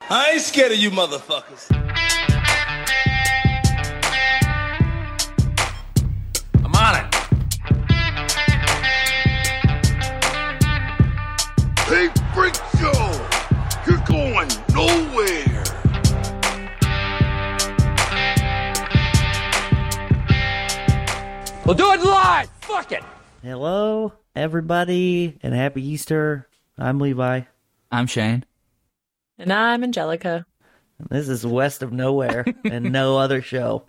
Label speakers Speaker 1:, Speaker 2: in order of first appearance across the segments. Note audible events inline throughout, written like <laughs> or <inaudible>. Speaker 1: I ain't scared of you motherfuckers.
Speaker 2: I'm on it.
Speaker 3: Hey, Freak Show! You're going nowhere!
Speaker 2: We'll do it live. Fuck it.
Speaker 4: Hello, everybody, and happy Easter. I'm Levi.
Speaker 5: I'm Shane.
Speaker 6: And I'm Angelica.
Speaker 4: This is West of Nowhere and no other show.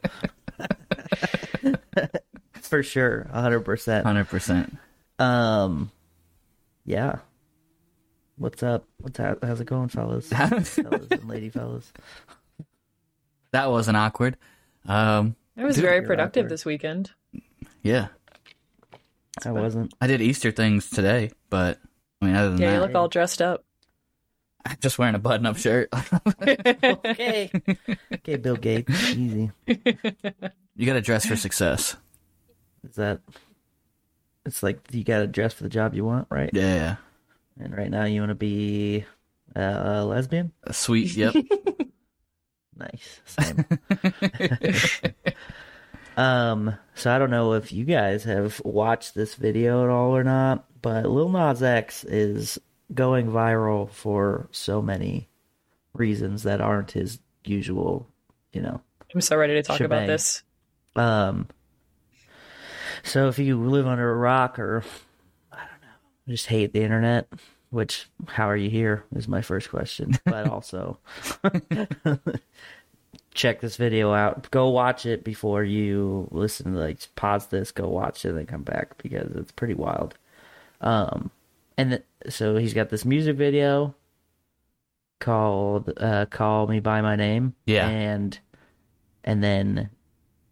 Speaker 4: <laughs> For sure, 100%.
Speaker 5: <laughs> 100%.
Speaker 4: Um, yeah. What's up? What's how, how's it going, fellas? fellas and lady fellas.
Speaker 5: That wasn't awkward. Um,
Speaker 6: It was very
Speaker 4: you're
Speaker 6: productive
Speaker 4: awkward.
Speaker 6: this weekend.
Speaker 5: yeah.
Speaker 4: I wasn't.
Speaker 5: I did Easter things today, but I mean, other than
Speaker 6: Yeah, you
Speaker 5: that,
Speaker 6: look all dressed up.
Speaker 5: I'm just wearing a button up shirt. <laughs>
Speaker 4: Okay. okay, Bill Gates. Easy.
Speaker 5: you got to dress for success.
Speaker 4: Is that. It's like you got to dress for the job you want, right?
Speaker 5: Yeah.
Speaker 4: And right now you want to be uh, a lesbian?
Speaker 5: A Sweet.
Speaker 6: <laughs>
Speaker 5: Yep.
Speaker 4: Nice. Same. <laughs> um, so I don't know if you guys have watched this video at all or not, but Lil Nas X is going viral for so many reasons that aren't his usual, you know.
Speaker 6: I'm so ready to talk
Speaker 4: Shebang.
Speaker 6: about this.
Speaker 4: Um so if you live under a rock or I don't know, just hate the internet, which how are you here is my first question, but also <laughs> check this video out. Go watch it before you listen. Like pause this, go watch it, and then come back because it's pretty wild. Um, and th- so he's got this music video called uh, "Call Me by My Name."
Speaker 5: Yeah.
Speaker 4: and and then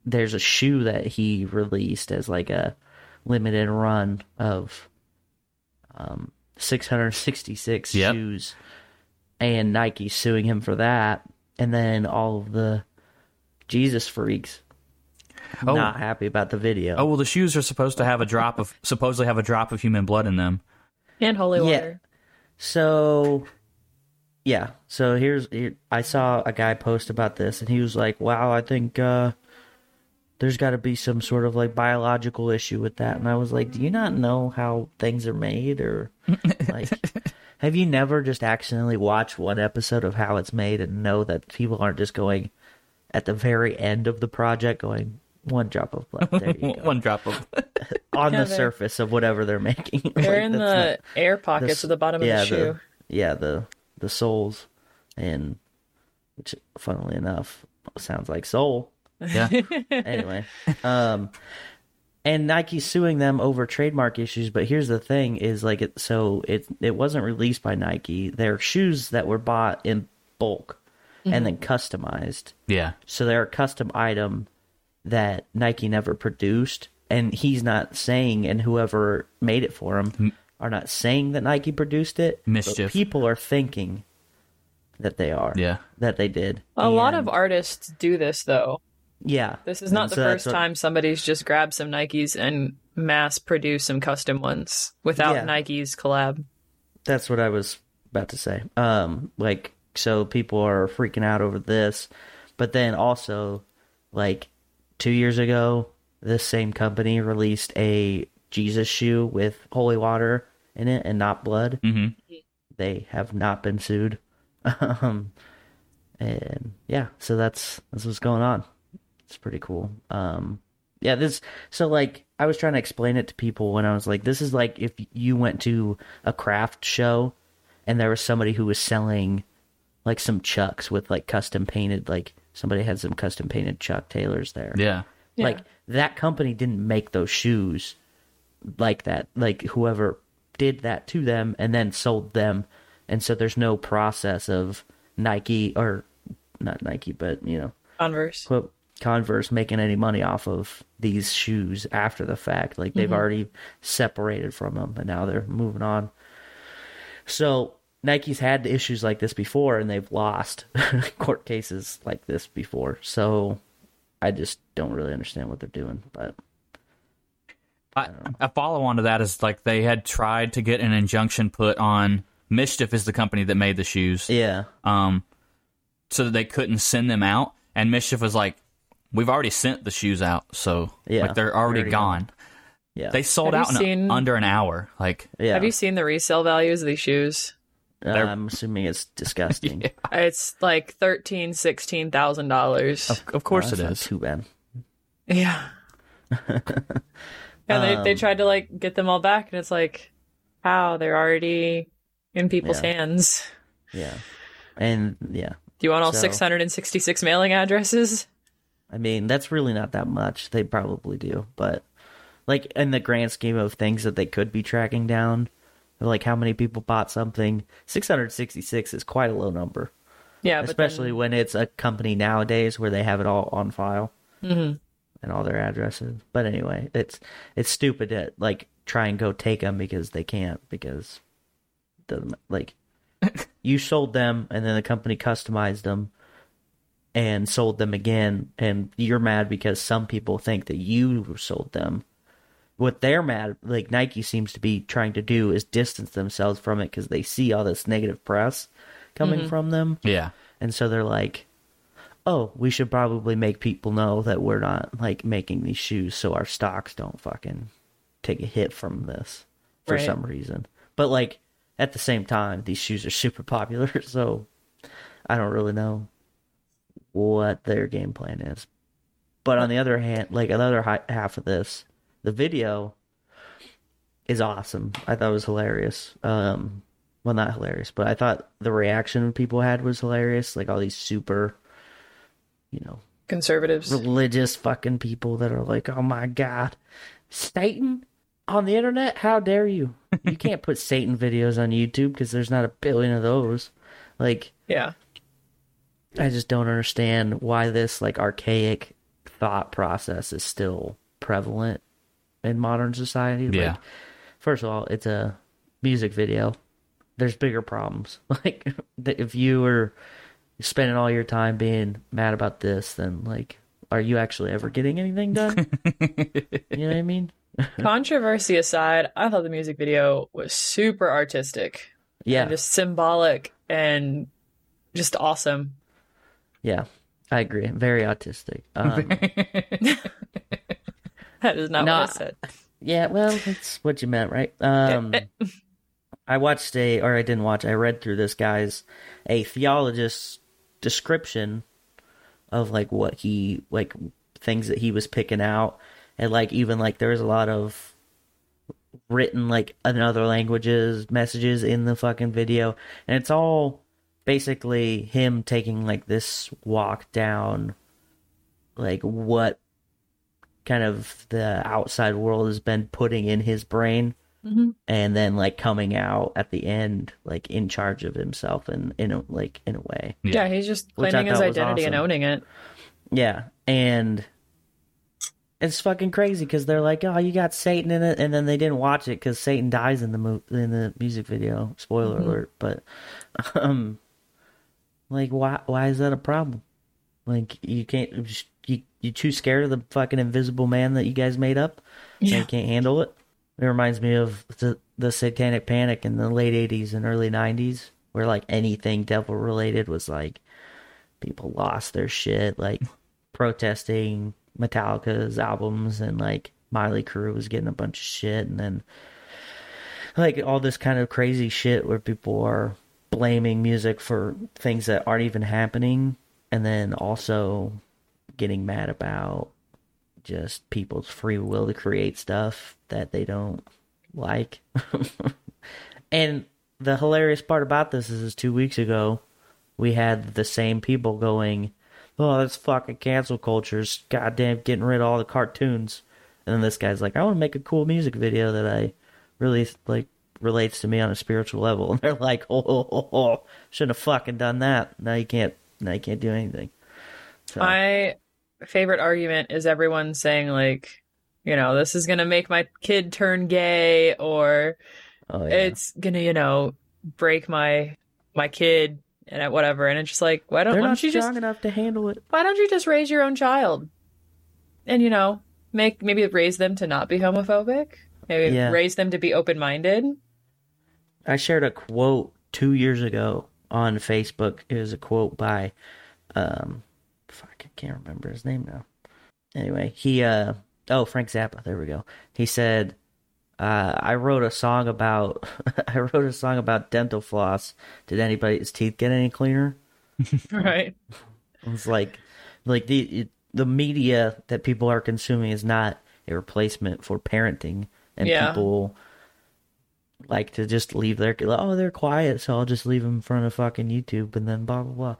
Speaker 4: there's a shoe that he released as like a limited run of um 666
Speaker 5: Yep.
Speaker 4: shoes and Nike suing him for that and then all of the Jesus freaks
Speaker 5: Oh.
Speaker 4: not happy about the video.
Speaker 5: oh well, the shoes are supposed to have a drop of supposedly have a drop of human blood in them.
Speaker 6: And holy
Speaker 4: Yeah.
Speaker 6: water.
Speaker 4: So, yeah. So here's here, I saw a guy post about this, and he was like, "Wow, I think uh, there's got to be some sort of like biological issue with that." And I was like, "Do you not know how things are made, or
Speaker 6: <laughs>
Speaker 4: like, have you never just accidentally watched one episode of How It's Made and know that people aren't just going at the very end of the project going one drop of blood there you go
Speaker 5: <laughs>
Speaker 6: <laughs>
Speaker 5: One drop of.
Speaker 4: on
Speaker 6: Yeah,
Speaker 4: the
Speaker 6: they're-
Speaker 4: surface of whatever they're making?" <laughs>
Speaker 6: They're
Speaker 4: <laughs> Like,
Speaker 6: in the
Speaker 4: that's not-
Speaker 6: air pockets
Speaker 4: s-
Speaker 6: at the bottom
Speaker 4: yeah,
Speaker 6: of the shoe.
Speaker 4: yeah, the the souls, and which, funnily enough, sounds like soul.
Speaker 5: <laughs> Yeah.
Speaker 6: <laughs>
Speaker 4: Anyway, um, and Nike's suing them over trademark issues. But here's the thing: is like it, so it it wasn't released by Nike. They're shoes that were bought in bulk and then
Speaker 6: Mm-hmm.
Speaker 4: customized.
Speaker 5: Yeah.
Speaker 4: So they're a custom item that Nike never produced, and he's not saying, and whoever made it for him are not saying that Nike produced it. but
Speaker 5: Mischief.
Speaker 4: people are thinking that they are.
Speaker 5: Yeah.
Speaker 4: That they did.
Speaker 6: A lot
Speaker 4: And-
Speaker 6: of artists do this though.
Speaker 4: yeah.
Speaker 6: This is not
Speaker 4: And
Speaker 6: the
Speaker 4: so that's
Speaker 6: first
Speaker 4: what-
Speaker 6: time somebody's just grabbed some Nikes and mass produced some custom ones without
Speaker 4: Yeah.
Speaker 6: Nike's collab.
Speaker 4: That's what I was about to say. Um, like so people are freaking out over this, but then also, like two years ago, this same company released a Jesus shoe with holy water in it and not blood.
Speaker 5: hmm
Speaker 4: They have not been sued. <laughs> Um, and yeah, so that's that's what's going on. It's pretty cool. Um, yeah, this so like I was trying to explain it to people when I was like, this is like if you went to a craft show and there was somebody who was selling like some chucks with like custom painted like somebody had some custom painted Chuck Taylors there.
Speaker 5: Yeah.
Speaker 4: Like that company didn't make those shoes like that. Like whoever did that to them and then sold them. And so there's no process of Nike or not Nike, but you know,
Speaker 6: Converse.
Speaker 4: quote Converse making any money off of these shoes after the fact. Like
Speaker 5: Mm-hmm.
Speaker 4: they've already separated from them and now they're moving on. So Nike's had issues like this before and they've lost <laughs> court cases like this before. So I just don't really understand what they're doing, but
Speaker 5: I, a follow on to that is like they had tried to get an injunction put on Mischief is the company that made the shoes.
Speaker 4: yeah.
Speaker 5: Um, so that they couldn't send them out. And Mischief was like, "We've already sent the shoes out, so
Speaker 4: Yeah,
Speaker 5: like they're
Speaker 4: they're
Speaker 5: already,
Speaker 4: already
Speaker 5: gone.
Speaker 4: Yeah.
Speaker 5: They sold
Speaker 6: Have
Speaker 5: out
Speaker 6: you
Speaker 5: in a-
Speaker 6: seen-
Speaker 5: under an hour. Like
Speaker 4: yeah. Uh,
Speaker 6: Have you seen the resale values of these shoes?
Speaker 5: they're-
Speaker 4: I'm assuming
Speaker 5: <laughs>
Speaker 4: it's disgusting.
Speaker 6: It's like thirteen, sixteen thousand dollars.
Speaker 5: Of course
Speaker 4: That's
Speaker 5: it
Speaker 4: not
Speaker 5: is.
Speaker 4: too bad. <laughs>
Speaker 6: Yeah. and they,
Speaker 4: Um,
Speaker 6: they tried to like get them all back, and it's like, how they're already in people's
Speaker 4: Yeah.
Speaker 6: hands.
Speaker 4: Yeah. And yeah.
Speaker 6: Do you want all
Speaker 4: So-
Speaker 6: 666 mailing addresses? <laughs>
Speaker 4: I mean, that's really not that much. They probably do, but like in the grand scheme of things that they could be tracking down, like how many people bought something, 666 is quite a low number,
Speaker 6: Yeah, but
Speaker 4: especially when it's a company nowadays where they have it all on file
Speaker 6: Mm-hmm.
Speaker 4: and all their addresses. But anyway, it's it's stupid to like try and go take them because they can't because the
Speaker 6: <laughs>
Speaker 4: like you sold them and then the company customized them and sold them again and you're mad because some people think that you sold them what they're mad like nike seems to be trying to do is distance themselves from it because they see all this negative press coming
Speaker 6: Mm-hmm.
Speaker 4: from them
Speaker 5: Yeah.
Speaker 4: and so they're like oh we should probably make people know that we're not like making these shoes so our stocks don't fucking take a hit from this for
Speaker 6: Right.
Speaker 4: some reason but like at the same time these shoes are super popular <laughs> so i don't really know what their game plan is. But on the other hand, like another hi- half of this, the video is awesome. I thought it was hilarious. Um, well, not hilarious, but I thought the reaction people had was hilarious. Like all these super, you know,
Speaker 6: conservatives.
Speaker 4: religious fucking people that are like, oh my God, Satan on the internet? How dare you? You can't put Satan videos on YouTube because there's not a billion of those. Like,
Speaker 6: Yeah.
Speaker 4: I just don't understand why this like archaic thought process is still prevalent in modern society. Like,
Speaker 5: Yeah.
Speaker 4: first of all, it's a music video. There's bigger problems. <laughs> Like that if you are spending all your time being mad about this, then like, are you actually ever getting anything done? you know what I mean?
Speaker 6: Controversy aside, I thought the music video was super artistic,
Speaker 4: Yeah.
Speaker 6: and just symbolic, and just awesome. <laughs>
Speaker 4: Yeah. I agree. Very autistic. Um,
Speaker 6: That is not
Speaker 4: No,
Speaker 6: what I said.
Speaker 4: Yeah, well, that's what you meant, right? Um, I watched a, or I didn't watch. I read through this guy's a theologist's description of like what he like things that he was picking out, and like even like there was a lot of written like in other languages messages in the fucking video, and it's all basically him taking like this walk down like what kind of the outside world has been putting in his brain and then like coming out at the end like in charge of himself and in a like in a way
Speaker 6: Yeah, he's just
Speaker 4: Which I
Speaker 6: claiming his
Speaker 4: thought was
Speaker 6: identity and
Speaker 4: awesome.
Speaker 6: owning it.
Speaker 4: yeah and it's fucking crazy because they're like oh you got satan in it and then they didn't watch it because satan dies in the mo- in the music video spoiler alert but <laughs> um like why why is that a problem like you can't you you too scared of the fucking invisible man that you guys made up yeah.
Speaker 6: Yeah.
Speaker 4: and can't handle it. It reminds me of the the Satanic Panic in the late '80s and early '90s, where like anything devil related was like people lost their shit, like protesting Metallica's albums, and like Miley Crew was getting a bunch of shit, and then like all this kind of crazy shit where people are blaming music for things that aren't even happening, and then also getting mad about just people's free will to create stuff that they don't like. <laughs> and the hilarious part about this is, is two weeks ago, we had the same people going, "Oh, that's fucking cancel culture's goddamn getting rid of all the cartoons." And then this guy's like, "I want to make a cool music video that I really like relates to me on a spiritual level." <laughs> And they're like, "Oh, oh, oh, oh shouldn't have fucking done that. Now you can't. Now you can't do anything." So,
Speaker 6: My favorite argument is everyone saying like, you know, this is gonna make my kid turn gay, or
Speaker 4: oh, yeah.
Speaker 6: it's gonna, you know, break my my kid and whatever. And it's just like, why don't,
Speaker 4: they're
Speaker 6: why
Speaker 4: not
Speaker 6: don't you
Speaker 4: strong
Speaker 6: just
Speaker 4: enough to handle it.
Speaker 6: why don't you just raise your own child and you know make maybe raise them to not be homophobic maybe
Speaker 4: Yeah.
Speaker 6: raise them to be open-minded
Speaker 4: I shared a quote two years ago on Facebook. It was a quote by, um, fuck, I can't remember his name now. Anyway, he, uh, oh, Frank Zappa. There we go. He said, uh, I wrote a song about, <laughs> I wrote a song about dental floss. Did anybody's teeth get any cleaner?
Speaker 6: <laughs> right?
Speaker 4: It's like, like the the media that people are consuming is not a replacement for parenting, and
Speaker 6: Yeah.
Speaker 4: people like to just leave their oh they're quiet, so I'll just leave them in front of fucking YouTube, and then blah blah blah,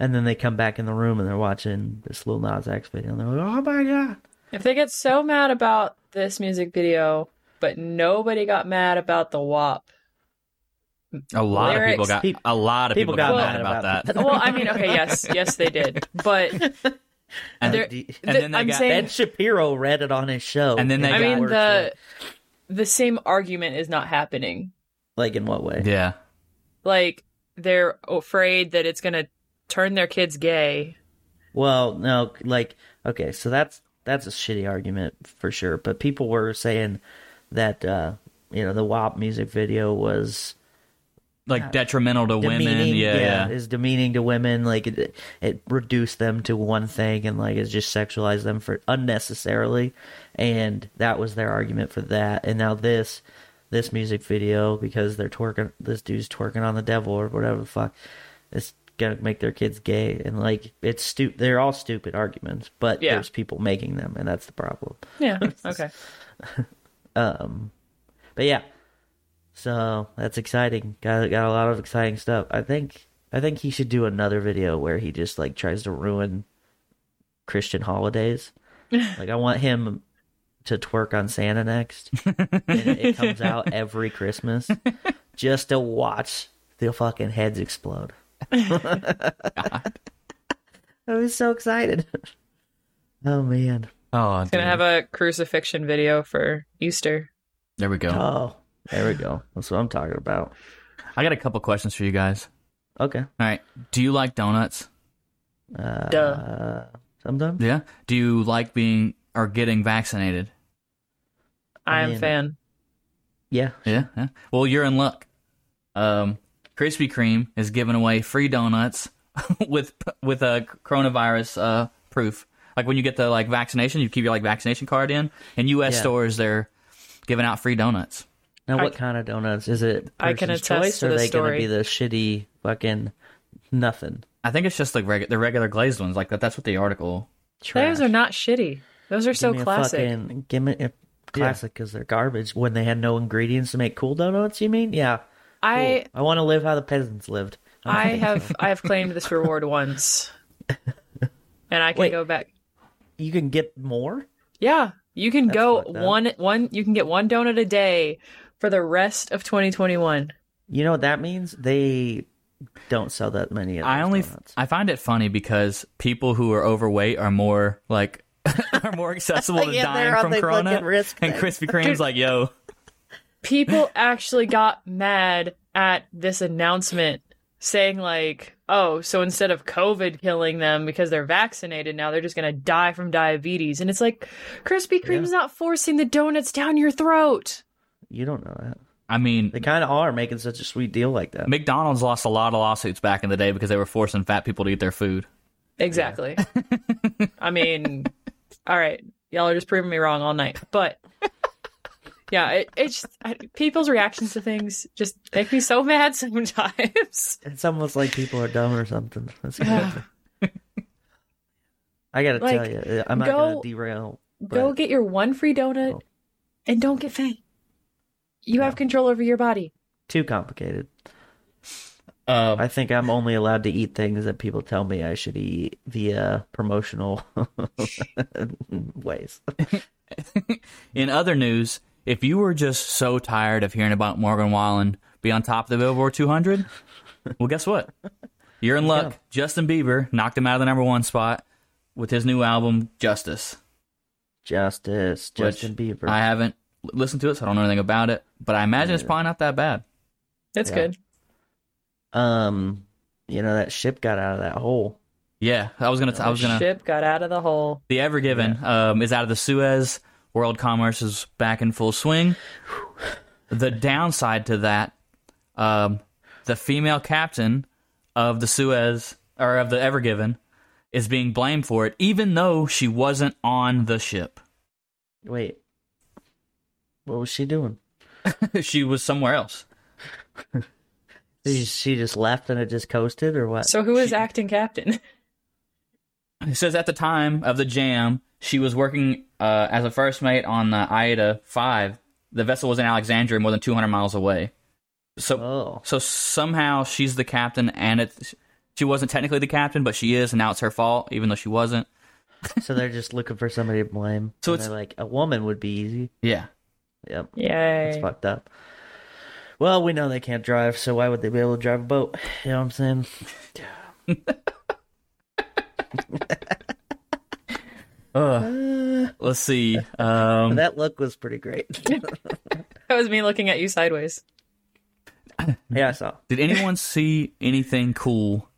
Speaker 4: and then they come back in the room and they're watching this little Nas X video, and they're like, oh my god,
Speaker 6: If they get so mad about this music video, but nobody got mad about the WAP.
Speaker 5: A lot of people
Speaker 6: Lyrics.
Speaker 5: got
Speaker 4: Peop-
Speaker 5: a lot of people, got, mad about, that.
Speaker 6: Well, I mean, okay, yes, yes, they did, but
Speaker 5: And,
Speaker 6: They're-
Speaker 5: and
Speaker 6: the-
Speaker 5: then they
Speaker 6: I'm
Speaker 5: got
Speaker 6: saying-
Speaker 4: Ben Shapiro read it on his show,
Speaker 5: And then they
Speaker 4: it
Speaker 6: I
Speaker 5: got
Speaker 6: mean
Speaker 4: worked
Speaker 6: the the same argument is not happening.
Speaker 4: like in what way?
Speaker 5: yeah.
Speaker 6: Like they're afraid that it's gonna turn their kids gay.
Speaker 4: Well, no, like okay, so that's that's a shitty argument for sure. But people were saying that uh, you know the WAP music video was
Speaker 5: Like detrimental to women.
Speaker 4: demeaning.
Speaker 5: Yeah, yeah.
Speaker 4: is demeaning to women. Like it, it reduced them to one thing and like it just sexualized them for unnecessarily. And that was their argument for that. And now this this music video because they're twerking this dude's twerking on the devil or whatever the fuck. It's gonna make their kids gay and like it's stupid. They're all stupid arguments, but
Speaker 6: Yeah.
Speaker 4: there's people making them, and that's the problem.
Speaker 6: Yeah. <laughs> Okay.
Speaker 4: But yeah, so that's exciting. Got got a lot of exciting stuff. I think I think he should do another video where he just like tries to ruin Christian <laughs> holidays. like I want him to twerk on Santa next. and it comes <laughs> out every Christmas just to watch the fucking heads <laughs> explode. I was so excited. Oh man.
Speaker 5: Oh,
Speaker 6: Gonna
Speaker 5: dude.
Speaker 6: have a crucifixion video for Easter.
Speaker 5: there we go.
Speaker 4: Oh, there we go. That's what I'm talking about.
Speaker 5: I got a couple questions for you guys.
Speaker 4: Okay.
Speaker 5: All right. Do you like donuts?
Speaker 6: Duh.
Speaker 4: Uh, sometimes.
Speaker 5: Yeah. Do you like being or getting vaccinated?
Speaker 6: I am
Speaker 4: mean-
Speaker 6: fan.
Speaker 4: Yeah.
Speaker 5: Yeah, yeah. Well, you're in luck. Um, Krispy Kreme is giving away free donuts <laughs> with with a coronavirus uh, proof. Like when you get the like vaccination, you keep your like vaccination card in. In U.S.
Speaker 4: Yeah.
Speaker 5: stores, they're giving out free donuts.
Speaker 4: Now, what kind of donuts is it?
Speaker 6: I can
Speaker 4: person's
Speaker 6: attest
Speaker 4: choice,
Speaker 6: to
Speaker 4: or
Speaker 6: this
Speaker 4: they
Speaker 6: story.
Speaker 4: gonna be the shitty fucking nothing.
Speaker 5: I think it's just like regu- the regular glazed ones. Like that. That's what the article.
Speaker 4: Trash.
Speaker 6: Those are not shitty. Those are so
Speaker 4: Give me a
Speaker 6: classic.
Speaker 4: fucking- give me a classic because they're garbage. When they had no ingredients to make cool donuts, you mean? Yeah.
Speaker 6: I
Speaker 4: I want to live how the peasants lived. <laughs>
Speaker 6: I have I have claimed this reward once, and I can
Speaker 4: Wait.
Speaker 6: go back.
Speaker 4: You can get more.
Speaker 6: Yeah, you can go
Speaker 4: fucked up.
Speaker 6: one one. You can get one donut a day for the rest of 2021.
Speaker 4: You know what that means? They don't sell that many of. Those
Speaker 5: I only f-
Speaker 4: donuts.
Speaker 5: I find it funny because people who are overweight are more like <laughs> are more accessible to
Speaker 4: Yeah, they're
Speaker 5: dying
Speaker 4: on
Speaker 5: from
Speaker 4: the
Speaker 5: corona.
Speaker 4: fucking risk
Speaker 5: and
Speaker 4: thing.
Speaker 5: Krispy Kreme's like, yo,
Speaker 4: <laughs>
Speaker 6: People actually got mad at this announcement, saying like, "Oh, so instead of COVID killing them because they're vaccinated now, they're just gonna die from diabetes." And it's like, Krispy Kreme's not forcing the donuts down your throat.
Speaker 4: you don't know that.
Speaker 5: I mean,
Speaker 4: They kind of are making such a sweet deal like that.
Speaker 5: McDonald's lost a lot of lawsuits back in the day because they were forcing fat people to eat their food.
Speaker 6: Exactly. I <laughs> mean, all right, y'all are just proving me wrong all night. But yeah, it, it's I, people's reactions to things just make me so <laughs> mad sometimes.
Speaker 4: It's almost like people are dumb or something. That's crazy. I gotta
Speaker 6: Like,
Speaker 4: tell you, I'm not
Speaker 6: go-
Speaker 4: gonna derail. But
Speaker 6: Go get your one free donut and don't get fat. You have control over your body.
Speaker 4: too complicated.
Speaker 5: Um,
Speaker 4: I think I'm only allowed to eat things that people tell me I should eat via promotional <laughs> ways.
Speaker 5: in other news, if you were just so tired of hearing about Morgan Wallen be on top of the Billboard 200, well, guess what? You're in luck. Justin Bieber knocked him out of the number one spot with his new album Justice.
Speaker 4: Justice,
Speaker 5: which
Speaker 4: Justin Bieber.
Speaker 5: I haven't l- listened to it, so I don't know anything about it. But I imagine it's probably not that bad.
Speaker 6: That's
Speaker 4: Yeah.
Speaker 6: good.
Speaker 4: um, you know that ship got out of that hole.
Speaker 5: Yeah, I was gonna. T- I was gonna.
Speaker 6: Ship got out of the hole.
Speaker 5: The Ever Given um, is out of the Suez. World commerce is back in full swing. The downside to that, um, the female captain of the Suez or of the Ever Given is being blamed for it, even though she wasn't on the ship. <laughs>
Speaker 4: Wait. What was she doing?
Speaker 5: she was somewhere else.
Speaker 4: She, she just left and it just coasted or what?
Speaker 6: So who is acting captain? <laughs>
Speaker 5: It says at the time of the jam, she was working uh, as a first mate on the Aida 5. The vessel was in Alexandria, more than 200 miles away. So,
Speaker 4: oh.
Speaker 5: so somehow she's the captain, and it's she wasn't technically the captain, but she is, and now it's her fault, even though she wasn't.
Speaker 4: So they're just looking for somebody to blame.
Speaker 5: So
Speaker 4: So it's
Speaker 5: it's-
Speaker 4: like a woman would be easy.
Speaker 5: Yeah,
Speaker 4: Yep. It's
Speaker 6: Yay.
Speaker 4: fucked up. Well, we know they can't drive, so why would they be able to drive a boat? You know what I'm saying?
Speaker 5: let's see. Um,
Speaker 4: That look was pretty great. <laughs>
Speaker 6: That was me looking at you sideways.
Speaker 4: yeah, I saw.
Speaker 5: Did anyone see anything cool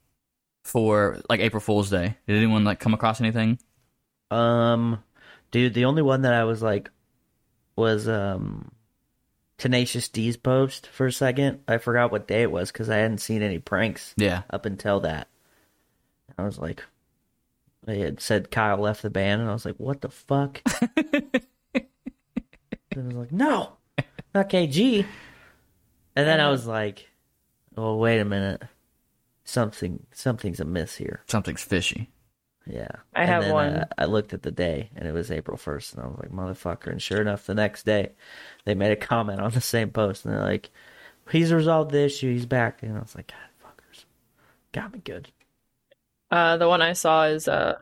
Speaker 5: for like April Fool's Day? Did anyone like come across anything?
Speaker 4: Um, dude, the only one that I was like was um Tenacious D's post for a second. I forgot what day it was because I hadn't seen any pranks
Speaker 5: Yeah.
Speaker 4: up until that. I was like, they had said Kyle left the band, and I was like, what the
Speaker 6: <laughs>
Speaker 4: fuck? and I was like, no, not KG. And then I was like, oh wait a minute, something something's amiss here.
Speaker 5: Something's fishy.
Speaker 4: Yeah.
Speaker 6: I
Speaker 4: And
Speaker 6: have
Speaker 4: then,
Speaker 6: one.
Speaker 4: uh, I looked at the day and it was April 1st and I was like, motherfucker. And sure enough, the next day they made a comment on the same post and they're like, he's resolved the issue. He's back. And I was like, God, fuckers. Got me good.
Speaker 6: Uh, the one I saw is uh,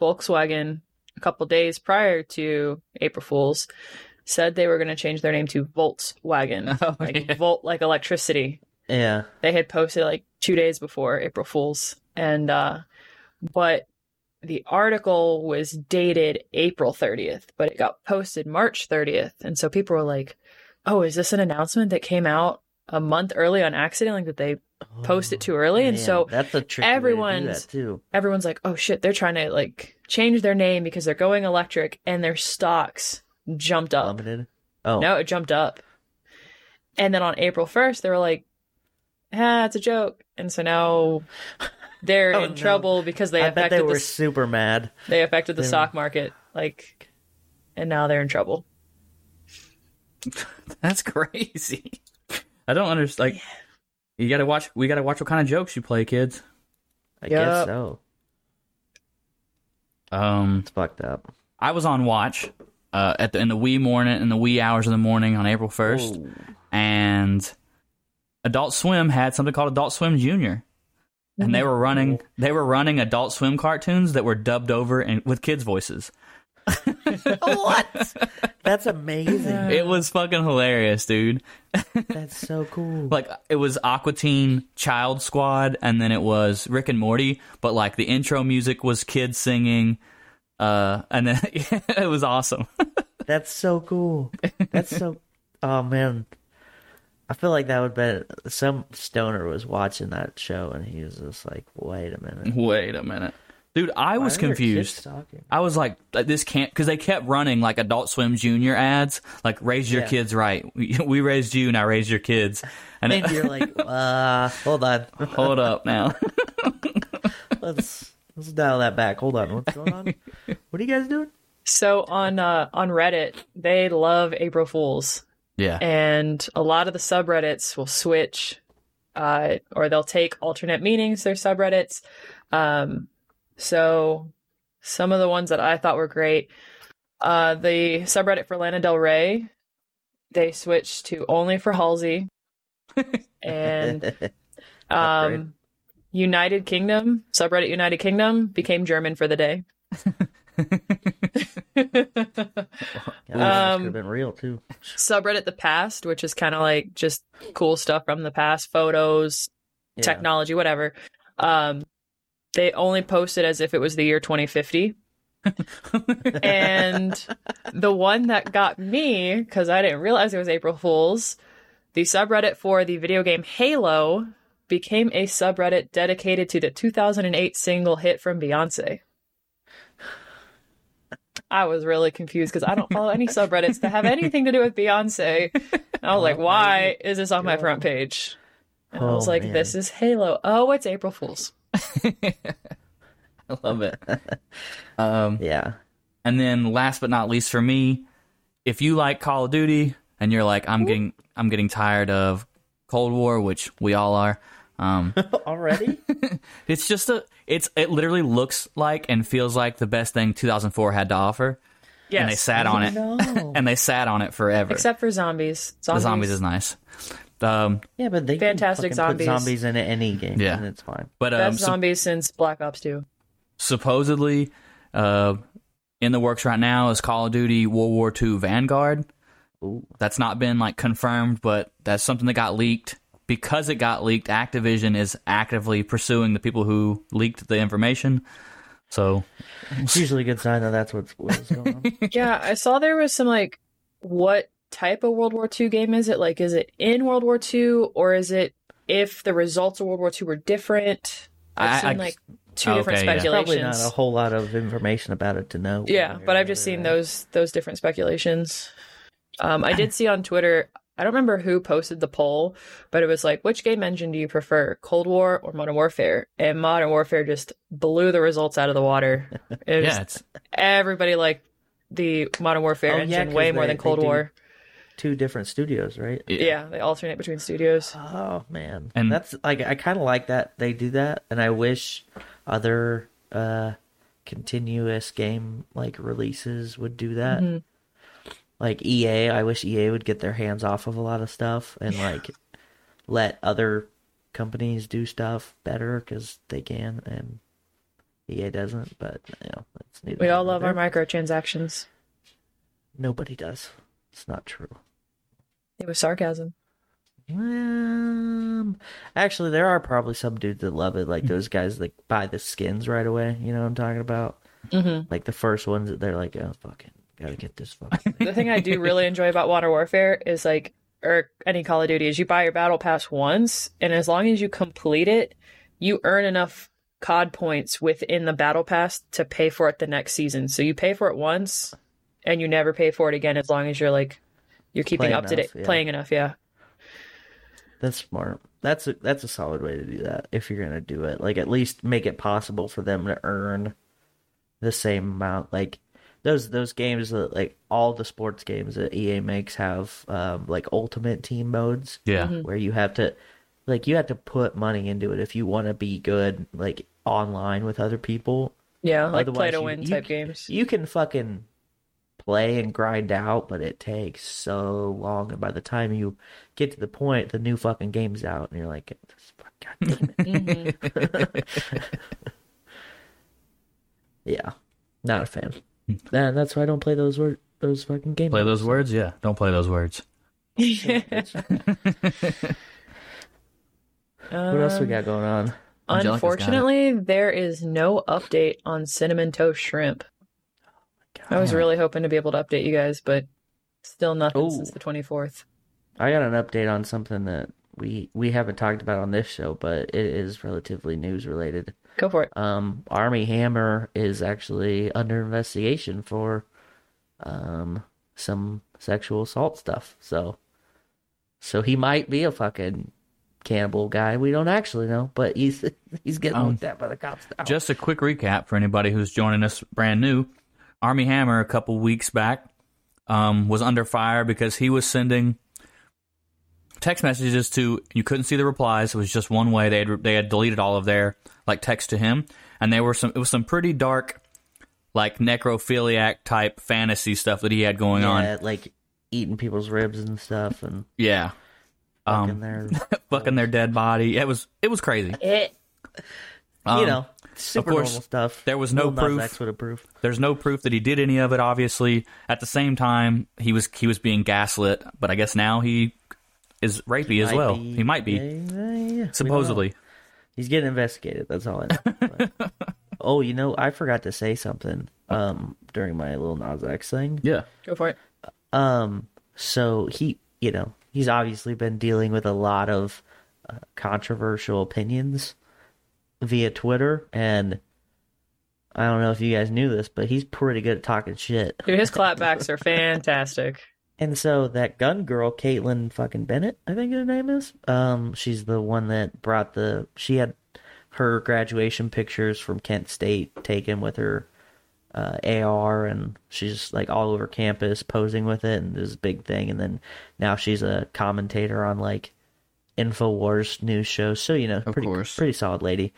Speaker 6: Volkswagen a couple days prior to April Fools said they were going to change their name to Volkswagen,
Speaker 5: <laughs> Oh,
Speaker 6: like
Speaker 5: yeah.
Speaker 6: Volt like electricity.
Speaker 4: Yeah.
Speaker 6: They had posted like two days before April Fools, and uh, but the article was dated April 30th, but it got posted March 30th, and so people were like, "Oh, is this an announcement that came out a month early on accident? Like that they
Speaker 5: Oh,
Speaker 6: post it too early?" And
Speaker 4: Man,
Speaker 6: so
Speaker 4: that's a tricky everyone's...
Speaker 6: everyone's-
Speaker 4: too.
Speaker 6: everyone's like, oh shit, they're trying to like change their name because they're going electric and their stocks jumped up.
Speaker 4: Plummeted. Oh,
Speaker 6: No, it jumped up. And then on April 1st, they were like, ah, it's a joke. And so now they're
Speaker 4: Oh,
Speaker 6: in
Speaker 4: no.
Speaker 6: trouble because they
Speaker 4: I bet
Speaker 6: affected
Speaker 4: they
Speaker 6: the
Speaker 4: were
Speaker 6: s-
Speaker 4: super mad.
Speaker 6: they affected the stock market like and now they're in trouble.
Speaker 5: <laughs> That's crazy. I don't understand. Like, you gotta watch. We gotta watch what kind of jokes you play, kids.
Speaker 4: I guess
Speaker 6: Yup.
Speaker 4: so.
Speaker 5: Um,
Speaker 4: It's fucked up.
Speaker 5: I was on watch uh, at the, in the wee morning, in the wee hours of the morning on April first, and Adult Swim had something called Adult Swim Junior, and they were running they were running Adult Swim cartoons that were dubbed over and with kids' voices.
Speaker 4: what? That's amazing. <laughs>
Speaker 5: It was fucking hilarious, dude.
Speaker 4: That's so cool.
Speaker 5: Like it was Aqua Teen Child Squad, and then it was Rick and Morty, but like the intro music was kids singing. Uh, and then <laughs> it was awesome.
Speaker 4: That's so cool. That's so. <laughs> oh man, I feel like that would have been some stoner was watching that show and he was just like, "Wait a minute."
Speaker 5: Wait a minute, dude. I was
Speaker 4: Why are there
Speaker 5: confused.
Speaker 4: kids
Speaker 6: <laughs>
Speaker 4: talking?
Speaker 5: I was like, this can't, because they kept running like Adult Swim Junior ads, like raise your
Speaker 4: Yeah.
Speaker 5: kids right. <laughs> We, we raised you, now raise your kids. And
Speaker 4: And
Speaker 5: it,
Speaker 4: you're like, "Uh, hold on.
Speaker 5: <laughs>
Speaker 4: <laughs>
Speaker 5: hold up now.
Speaker 4: Let's let's dial that back. Hold on. What's going
Speaker 6: <laughs>
Speaker 4: on? What are you guys doing?"
Speaker 6: So on uh, on Reddit, they love April Fools.
Speaker 5: yeah.
Speaker 6: and a lot of the subreddits will switch uh, or they'll take alternate meanings their subreddits um, so some of the ones that i thought were great uh, the subreddit for lana del rey they switched to only for halsey and
Speaker 4: <laughs> great.
Speaker 6: um, united kingdom subreddit united kingdom became german for the day
Speaker 4: Yeah, this
Speaker 6: Um,
Speaker 4: could have been real too.
Speaker 6: subreddit the past which is kind of like just cool stuff from the past photos
Speaker 4: Yeah.
Speaker 6: technology whatever um they only post it as if it was the year 2050 and the one that got me because i didn't realize it was april fools the subreddit for the video game halo became a subreddit dedicated to the 2008 single hit from beyonce I was really confused because I don't follow
Speaker 5: <laughs>
Speaker 6: any subreddits that have anything to do with Beyonce. And I was like, why is this on my front page? And I was
Speaker 4: Oh,
Speaker 6: like,
Speaker 4: man.
Speaker 6: this is Halo. Oh, it's April Fool's.
Speaker 5: I <laughs> love it.
Speaker 4: Yeah.
Speaker 5: And then last but not least for me, if you like Call of Duty and you're like, I'm getting I'm getting tired of Cold War, which we all are, um,
Speaker 4: Already?
Speaker 5: it's just a it's it literally looks like and feels like the best thing 2004 had to offer.
Speaker 6: Yes.
Speaker 5: And they sat on it.
Speaker 4: no.
Speaker 5: <laughs> And they sat on it forever.
Speaker 6: Except for zombies. Zombies,
Speaker 5: the zombies is nice. Um,
Speaker 4: <laughs> Yeah, but they
Speaker 6: Fantastic
Speaker 4: can fucking put
Speaker 6: zombies.
Speaker 4: zombies in any game.
Speaker 5: Yeah.
Speaker 4: and it's fine.
Speaker 5: but um,
Speaker 6: best
Speaker 5: so-
Speaker 6: zombies since Black Ops 2.
Speaker 5: supposedly uh, in the works right now is Call of Duty World War II Vanguard. That's not been like confirmed, but that's something that got leaked. Because it got leaked, Activision is actively pursuing the people who leaked the information. So
Speaker 4: It's usually a good sign that that's what's, what's going on.
Speaker 6: yeah, I saw there was some like what type of World War II game is it? Like is it in World War II or is it if the results of World War II were different? I've
Speaker 5: I-
Speaker 6: seen
Speaker 5: I-
Speaker 6: like two
Speaker 5: okay,
Speaker 6: different
Speaker 5: yeah.
Speaker 4: Probably
Speaker 6: speculations.
Speaker 4: not a whole lot of information about it to know.
Speaker 6: yeah,
Speaker 4: one way or
Speaker 6: but I've just
Speaker 4: the
Speaker 6: seen
Speaker 4: other, right?
Speaker 6: those those different speculations. Um I did see on Twitter I don't remember who posted the poll, but it was like, which game engine do you prefer, Cold War or Modern Warfare? And Modern Warfare just blew the results out of the water. It was
Speaker 5: yeah, it's
Speaker 6: everybody liked the Modern Warfare
Speaker 4: Oh, yeah,
Speaker 6: engine
Speaker 4: 'cause
Speaker 6: way more
Speaker 4: they-
Speaker 6: than
Speaker 4: they
Speaker 6: Cold
Speaker 4: do-
Speaker 6: War.
Speaker 4: Two different studios, right?
Speaker 5: Yeah.
Speaker 6: Yeah. they alternate between studios.
Speaker 4: Oh man,
Speaker 5: And-
Speaker 4: and that's like I kind of like that they do that, and I wish other uh continuous game like releases would do that.
Speaker 6: Mm-hmm.
Speaker 4: Like EA, I wish EA would get their hands off of a lot of stuff and like let other companies do stuff better because they can, and EA doesn't. But you know, it's neither
Speaker 6: We
Speaker 4: here
Speaker 6: all
Speaker 4: nor
Speaker 6: love our
Speaker 4: there.
Speaker 6: microtransactions.
Speaker 4: Nobody does. It's not true.
Speaker 6: It was sarcasm.
Speaker 4: Um, actually, there are probably some dudes that love it, like those guys that buy the skins right away. You know what I'm talking about? Mm-hmm. Like the first ones that they're like, oh fucking, gotta get this fucking.
Speaker 6: <laughs>
Speaker 4: Thing.
Speaker 6: The thing I do
Speaker 4: <laughs>
Speaker 6: really enjoy about Water Warfare is like, or any Call of Duty, is you buy your battle pass once, and as long as you complete it, you earn enough COD points within the battle pass to pay for it the next season. So you pay for it once, and you never pay for it again as long as you're like, you're keeping
Speaker 4: Playing
Speaker 6: up to date,
Speaker 4: enough, yeah.
Speaker 6: playing enough. Yeah.
Speaker 4: that's smart. That's a that's a solid way to do that. If you're gonna do it, like at least make it possible for them to earn the same amount. Like those those games that like all the sports games that EA makes have um like ultimate team modes.
Speaker 5: yeah.
Speaker 4: Mm. where you have to like you have to put money into it if you want to be good like online with other people
Speaker 6: Yeah. Like play
Speaker 4: Otherwise,
Speaker 6: to
Speaker 4: you-
Speaker 6: win
Speaker 4: you-
Speaker 6: type games.
Speaker 4: you can fucking play and grind out but it takes so long and by the time you get to the point the new fucking game's out and you're like god damn it
Speaker 5: <laughs>
Speaker 4: <laughs> yeah not a fan and that's why i don't play those word those fucking games
Speaker 5: Hmm. Play those words? Yeah. Don't play those words.
Speaker 6: <laughs>
Speaker 4: what
Speaker 5: Uh,
Speaker 4: else we got going on
Speaker 5: Angelica's got it.
Speaker 6: Unfortunately, there is no update on cinnamon toast shrimp. I was really hoping to be able to update you guys, but still nothing
Speaker 4: Ooh.
Speaker 6: since the 24th.
Speaker 4: I got an update on something that we we haven't talked about on this show, but it is relatively news related.
Speaker 6: Go for it.
Speaker 4: Um, Army Hammer is actually under investigation for um some sexual assault stuff. So so he might be a fucking cannibal guy. We don't actually know, but he's <laughs> he's getting looked at by the cops now.
Speaker 5: Um, Just a quick recap for anybody who's joining us brand new. Army Hammer a couple weeks back um, was under fire because he was sending text messages to you couldn't see the replies. It was just one way. They had they had deleted all of their like text to him, and they were some it was some pretty dark like necrophiliac type fantasy stuff that he had going on.
Speaker 4: yeah, like eating people's ribs and stuff and
Speaker 5: Yeah,
Speaker 4: fucking their
Speaker 5: Um, <laughs> fucking their dead body. It was it was crazy.
Speaker 6: It.
Speaker 5: Um,
Speaker 4: you know, super
Speaker 5: course,
Speaker 4: normal stuff.
Speaker 5: there was no
Speaker 4: Lil Nas
Speaker 5: proof.
Speaker 4: X would approve.
Speaker 5: There's no proof that he did any of it. Obviously, at the same time, he was he was being gaslit. But I guess now he is rapey as
Speaker 4: might
Speaker 5: well.
Speaker 4: be-
Speaker 5: He might be
Speaker 4: Yeah, yeah, yeah. We don't
Speaker 5: supposedly.
Speaker 4: know. He's getting investigated. That's all I know.
Speaker 5: <laughs>
Speaker 4: But- oh, you know, I forgot to say something um, during my little Nas X thing.
Speaker 5: Yeah,
Speaker 6: Go for it.
Speaker 4: Um, so he, you know, he's obviously been dealing with a lot of uh, controversial opinions via Twitter, and I don't know if you guys knew this, but he's pretty good at talking shit.
Speaker 6: Dude, his clapbacks are fantastic.
Speaker 4: And so that gun girl, Caitlin fucking Bennett, I think her name is. Um, she's the one that brought the. She had her graduation pictures from Kent State taken with her uh, AR, and she's like all over campus posing with it, and this big thing. And then now she's a commentator on like Infowars news show. So you know,
Speaker 5: Of
Speaker 4: pretty
Speaker 5: course.
Speaker 4: pretty solid lady.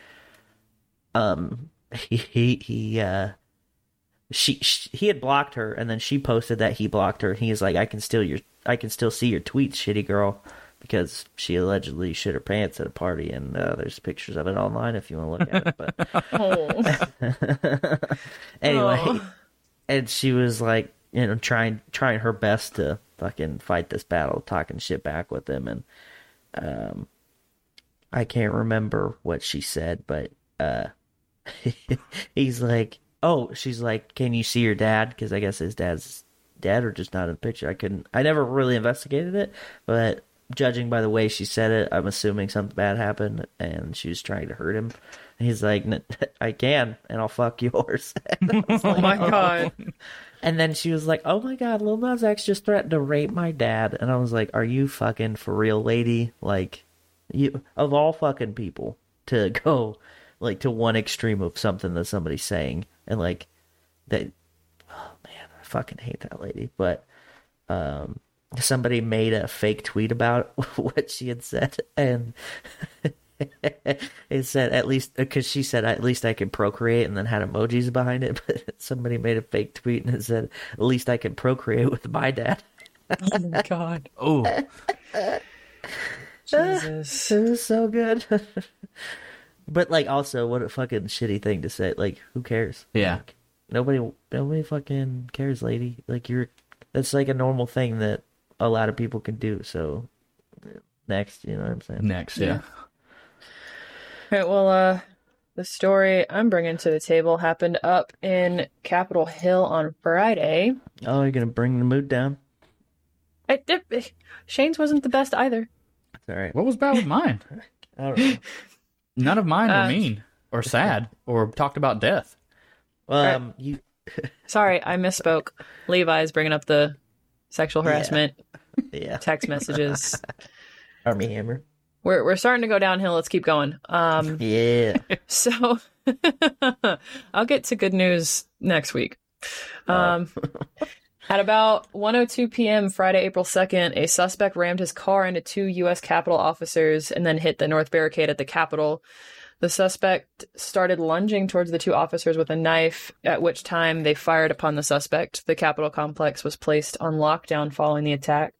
Speaker 4: Um, <laughs> he he, he uh she, sh he had blocked her and then she posted that he blocked her and he's like i can still your i can still see your tweets shitty girl because she allegedly shit her pants at a party and uh, there's pictures of it online if you want to look at it but
Speaker 6: <laughs>
Speaker 4: <laughs>
Speaker 6: Oh.
Speaker 4: anyway
Speaker 6: Oh.
Speaker 4: and she was like you know trying trying her best to fucking fight this battle talking shit back with him and um i can't remember what she said but uh <laughs> he's like oh she's like can you see your dad because i guess his dad's dead or just not in the picture i couldn't i never really investigated it but judging by the way she said it i'm assuming something bad happened and she was trying to hurt him and he's like "N- <laughs> i can and i'll fuck <laughs> yours
Speaker 6: oh my god.
Speaker 4: and then she was like, "Oh my god, Lil Nas X just threatened to rape my dad." And I was like, "Are you fucking for real, lady? Like, you of all fucking people to <laughs> go like to one extreme of something that somebody's saying and like that. Oh man, I fucking hate that lady. But um, somebody made a fake tweet about <laughs> what she had said and. <laughs> it said at least because she said at least I can procreate and then had emojis behind it. <laughs> But somebody made a fake tweet and it said at least I can procreate with my dad. <laughs>
Speaker 6: Oh my god.
Speaker 5: <laughs> Oh,
Speaker 6: Jesus.
Speaker 4: It was so good. <laughs> but like also what a fucking shitty thing to say. Like who cares?
Speaker 5: yeah.
Speaker 4: Nobody nobody fucking cares, lady. Like you're that's like a normal thing that a lot of people can do. So next, you know what I'm saying?
Speaker 5: Next, yeah.
Speaker 6: All right, well, uh, the story I'm bringing to the table happened up in Capitol Hill on Friday.
Speaker 4: Oh, you're gonna bring the mood down.
Speaker 6: I did, Shane's wasn't the best either.
Speaker 4: It's all right.
Speaker 5: What was bad with mine?
Speaker 4: I don't know.
Speaker 5: None of mine
Speaker 6: Uh,
Speaker 5: were mean or sad or talked about death.
Speaker 4: Well, um, you
Speaker 6: Sorry, I misspoke. Levi's bringing up the sexual harassment
Speaker 4: yeah,
Speaker 6: text messages.
Speaker 4: Army Hammer.
Speaker 6: we're we're starting to go downhill. Let's keep going. Um,
Speaker 4: Yeah.
Speaker 6: so <laughs> I'll get to good news next week. Um, at about 1:02 p.m. Friday, April 2nd, a suspect rammed his car into two U.S. Capitol officers and then hit the north barricade at the Capitol. The suspect started lunging towards the two officers with a knife, at which time they fired upon the suspect. The Capitol complex was placed on lockdown following the attack.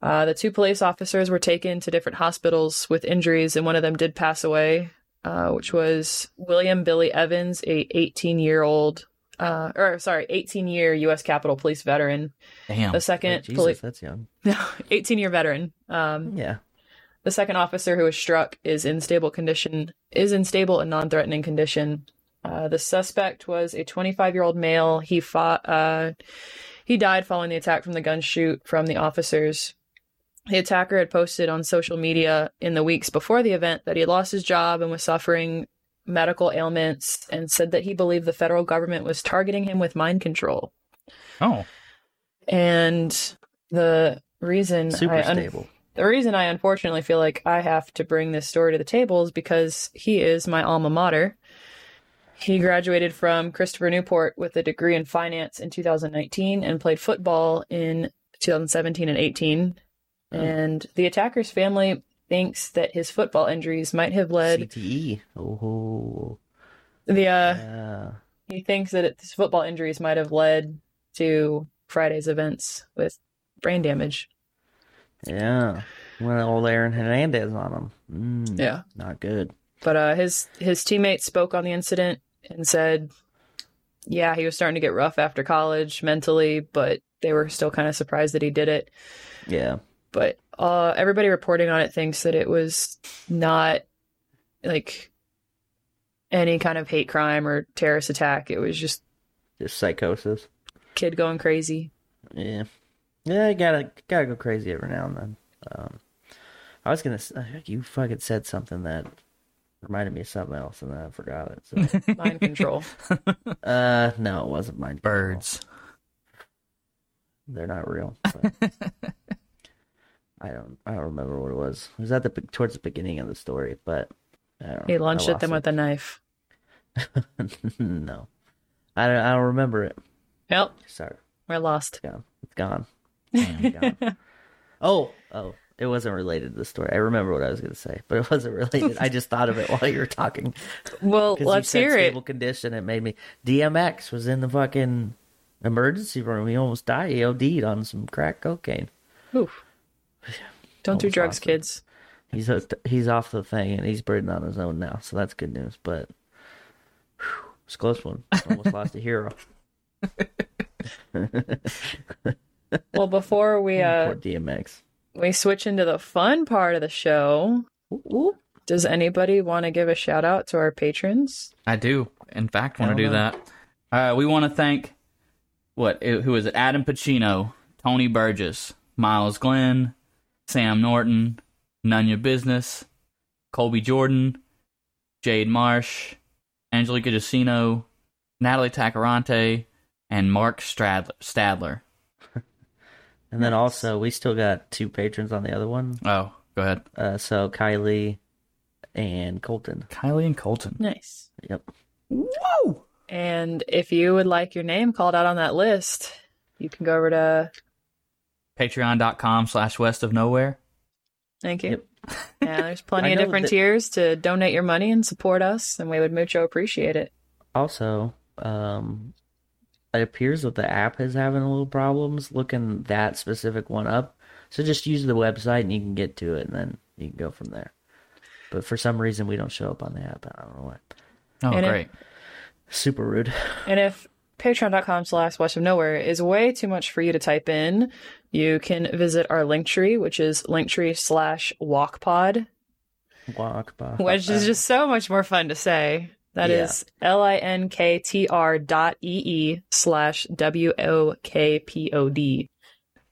Speaker 6: Uh, the two police officers were taken to different hospitals with injuries, and one of them did pass away, uh, which was William Billy Evans, a 18 year old, uh, or sorry, 18 year U.S. Capitol Police veteran.
Speaker 5: Damn.
Speaker 6: The second
Speaker 4: Jesus,
Speaker 6: police,
Speaker 4: that's young.
Speaker 6: <laughs> no, 18 year veteran. Um,
Speaker 4: Yeah.
Speaker 6: the second officer who was struck is in stable condition, is in stable and non-threatening condition. Uh, the suspect was a 25-year-old male. He fought. Uh, he died following the attack from the gun shoot from the officers. The attacker had posted on social media in the weeks before the event that he had lost his job and was suffering medical ailments, and said that he believed the federal government was targeting him with mind control.
Speaker 5: oh,
Speaker 6: And the reason
Speaker 4: Super
Speaker 6: I un-
Speaker 4: stable.
Speaker 6: the reason I unfortunately feel like I have to bring this story to the table is because he is my alma mater. He graduated from Christopher Newport with a degree in finance in 2019 and played football in 2017 and 18. And the attacker's family thinks that his football injuries might have led
Speaker 4: CTE. E. Oh.
Speaker 6: the uh,
Speaker 4: Yeah.
Speaker 6: he thinks that his football injuries might have led to Friday's events with brain damage.
Speaker 4: Yeah. When old Aaron Hernandez on him. Mm,
Speaker 6: Yeah.
Speaker 4: Not good.
Speaker 6: But uh, his his teammates spoke on the incident and said, "Yeah, he was starting to get rough after college mentally, but they were still kind of surprised that he did it.
Speaker 4: Yeah.
Speaker 6: But uh, everybody reporting on it thinks that it was not like any kind of hate crime or terrorist attack. It was just
Speaker 4: Just psychosis.
Speaker 6: kid going <laughs> crazy.
Speaker 4: Yeah. Yeah, you gotta gotta go crazy every now and then. Um, I was gonna. s- uh, You fucking said something that reminded me of something else, and then I forgot it.
Speaker 6: <laughs>
Speaker 4: So.
Speaker 6: Mind control.
Speaker 4: uh, no, it wasn't mine.
Speaker 5: birds.
Speaker 4: They're not real. but- I don't. I don't remember what it was. It was at the be- towards the beginning of the story, but I don't.
Speaker 6: He lunged
Speaker 4: I
Speaker 6: at them
Speaker 4: lost
Speaker 6: with a knife.
Speaker 4: it. <laughs> no. I don't. I don't remember it.
Speaker 6: Well,
Speaker 4: Sorry.
Speaker 6: we're lost.
Speaker 4: gone. It's gone. Damn,
Speaker 6: <laughs>
Speaker 4: gone. oh, oh, it wasn't related to the story. I remember what I was going to say, but it wasn't related. I just thought of it while you were talking.
Speaker 6: Well,
Speaker 4: 'Cause you
Speaker 6: let's
Speaker 4: said
Speaker 6: hear it.
Speaker 4: stable condition. It made me. DMX was in the fucking emergency room. He almost died. He OD'd on some crack cocaine.
Speaker 6: Oof. Don't do
Speaker 4: Almost
Speaker 6: drugs,
Speaker 4: lost it.
Speaker 6: kids.
Speaker 4: He's hooked, he's off the thing and he's breathing on his own now, so that's good news. But whew, it's a close one. Almost lost a hero.
Speaker 6: Well, before we
Speaker 4: <laughs>
Speaker 6: uh
Speaker 4: Poor DMX.
Speaker 6: we switch into the fun part of the show,
Speaker 4: Whoop, whoop.
Speaker 6: does anybody want to give a shout out to our patrons?
Speaker 5: I do, in fact, want
Speaker 4: Hell
Speaker 5: to do
Speaker 4: no.
Speaker 5: that. Uh, we want to thank what? it- Who is it? Adam Pacino, Tony Burgess, Miles Glenn, Sam Norton, None Your Business, Colby Jordan, Jade Marsh, Angelica Giacino, Natalie Tacarante, and Mark Stradler. Stadler.
Speaker 4: And then also, we still got two patrons on the other one.
Speaker 5: Oh, go ahead.
Speaker 4: Uh, so Kylie and Colton.
Speaker 5: Kylie and Colton.
Speaker 6: Nice.
Speaker 4: Yep.
Speaker 6: And if you would like your name called out on that list, you can go over to
Speaker 5: Patreon.com slash West of Nowhere.
Speaker 6: thank <laughs> you. Yeah, there's
Speaker 4: I
Speaker 6: plenty of
Speaker 4: know
Speaker 6: different
Speaker 4: that-
Speaker 6: tiers to donate your money and support us, and we would mucho appreciate it.
Speaker 4: Also, um, it appears that the app is having a little problems looking that specific one up. So just use the website and you can get to it, and then you can go from there. But for some reason, we don't show up on the app. I don't know why.
Speaker 5: Oh,
Speaker 6: And it-
Speaker 5: great.
Speaker 4: Super rude.
Speaker 6: And if patreon.com slash watch of nowhere is way too much for you to type in, you can visit our link tree, which is linktree slash walkpod,
Speaker 4: Walk by.
Speaker 6: which is just so much more fun to say. That
Speaker 4: Yeah.
Speaker 6: is L I N K T R dot E E slash W O K P O D.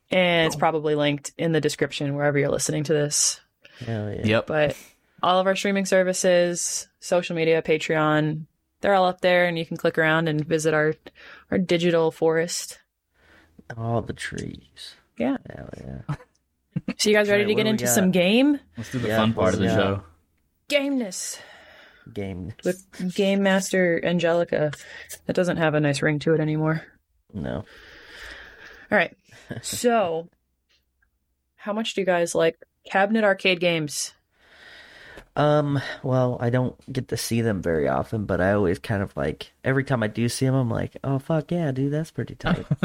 Speaker 6: And
Speaker 4: Oh.
Speaker 6: it's probably linked in the description wherever you're listening to this.
Speaker 4: Hell yeah.
Speaker 5: Yep.
Speaker 6: but all of our streaming services, social media, Patreon, they're all up there, and you can click around and visit our our digital forest.
Speaker 4: All the trees.
Speaker 6: Yeah.
Speaker 4: Hell yeah.
Speaker 6: So you guys ready
Speaker 4: Alright, what
Speaker 6: to get
Speaker 4: do we
Speaker 6: into
Speaker 4: got?
Speaker 6: some game
Speaker 5: Let's do the
Speaker 4: Yeah,
Speaker 5: fun part of the
Speaker 4: yeah.
Speaker 5: show.
Speaker 6: gameness
Speaker 4: Game.
Speaker 6: with Game Master Angelica? That doesn't have a nice ring to it anymore.
Speaker 4: No.
Speaker 6: All
Speaker 5: <laughs>
Speaker 6: right, so how much do you guys like cabinet arcade games?
Speaker 4: Um, well, I don't get to see them very often, but I always kind of like every time I do see them, I'm like, oh fuck yeah, dude, that's pretty
Speaker 6: <laughs>
Speaker 4: tight.
Speaker 5: <laughs>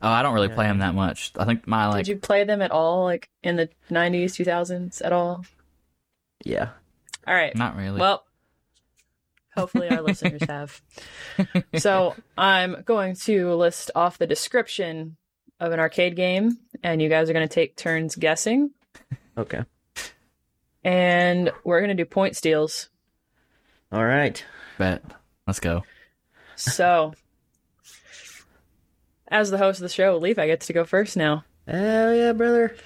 Speaker 5: Oh, I don't really play him that much. I think my like
Speaker 6: Did you play them at all, like in the '90s, 2000s, at all?
Speaker 4: yeah.
Speaker 6: All right,
Speaker 5: not really.
Speaker 6: Well, hopefully
Speaker 5: <laughs>
Speaker 6: our listeners have. So I'm going to list off the description of an arcade game, and you guys are going to take turns guessing,
Speaker 4: Okay.
Speaker 6: and we're going to do point steals.
Speaker 4: All right.
Speaker 5: bet. Let's go.
Speaker 6: So, as the host of the show, Levi gets to go first now.
Speaker 4: Hell yeah, brother.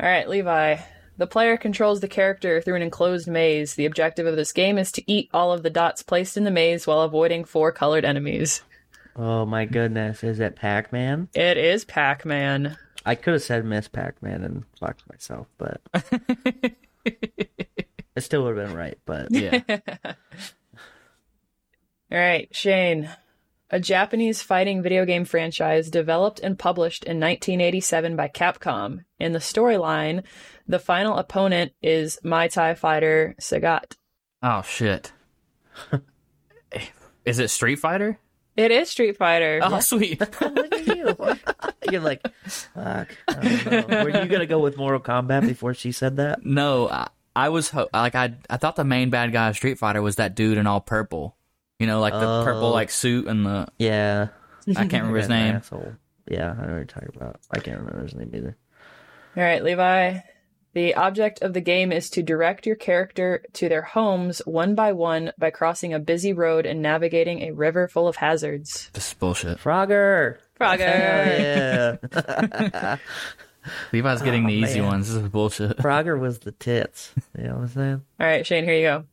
Speaker 6: All right, Levi. The player controls the character through an enclosed maze. The objective of this game is to eat all of the dots placed in the maze while avoiding four colored enemies.
Speaker 4: Oh my goodness, is it Pac-Man?
Speaker 6: It is Pac Man.
Speaker 4: I could have said Miss Pac-Man and fucked myself,
Speaker 6: <laughs>
Speaker 4: but it still would have been right. But
Speaker 5: Yeah.
Speaker 6: All right, Shane. A Japanese fighting video game franchise developed and published in 1987 by Capcom. In the storyline, the final opponent is Mai Tai fighter Sagat.
Speaker 5: <laughs> oh shit. <laughs> Is it Street Fighter?
Speaker 6: It is Street Fighter.
Speaker 5: Oh sweet.
Speaker 4: look at you. <laughs> You're like, fuck. I don't know. Were you gonna go with Mortal Kombat before she said that?
Speaker 5: <laughs> No, I, I was ho- like I I thought the main bad guy of Street Fighter was that dude in all purple. You know, like the purple
Speaker 4: Oh.
Speaker 5: like suit and the
Speaker 4: Yeah.
Speaker 5: I can't remember <laughs> his
Speaker 4: Yeah,
Speaker 5: name.
Speaker 4: Asshole. Yeah, I know what you're talking about. I can't remember his name either.
Speaker 6: All right, Levi. The object of the game is to direct your character to their homes one by one by crossing a busy road and navigating a river full of hazards.
Speaker 5: This is bullshit.
Speaker 4: Frogger.
Speaker 6: Frogger.
Speaker 4: Yeah.
Speaker 5: Levi's getting the easy <laughs> ones. This is bullshit.
Speaker 4: Frogger was the tits. You know what I'm saying?
Speaker 6: All right, Shane, here you go.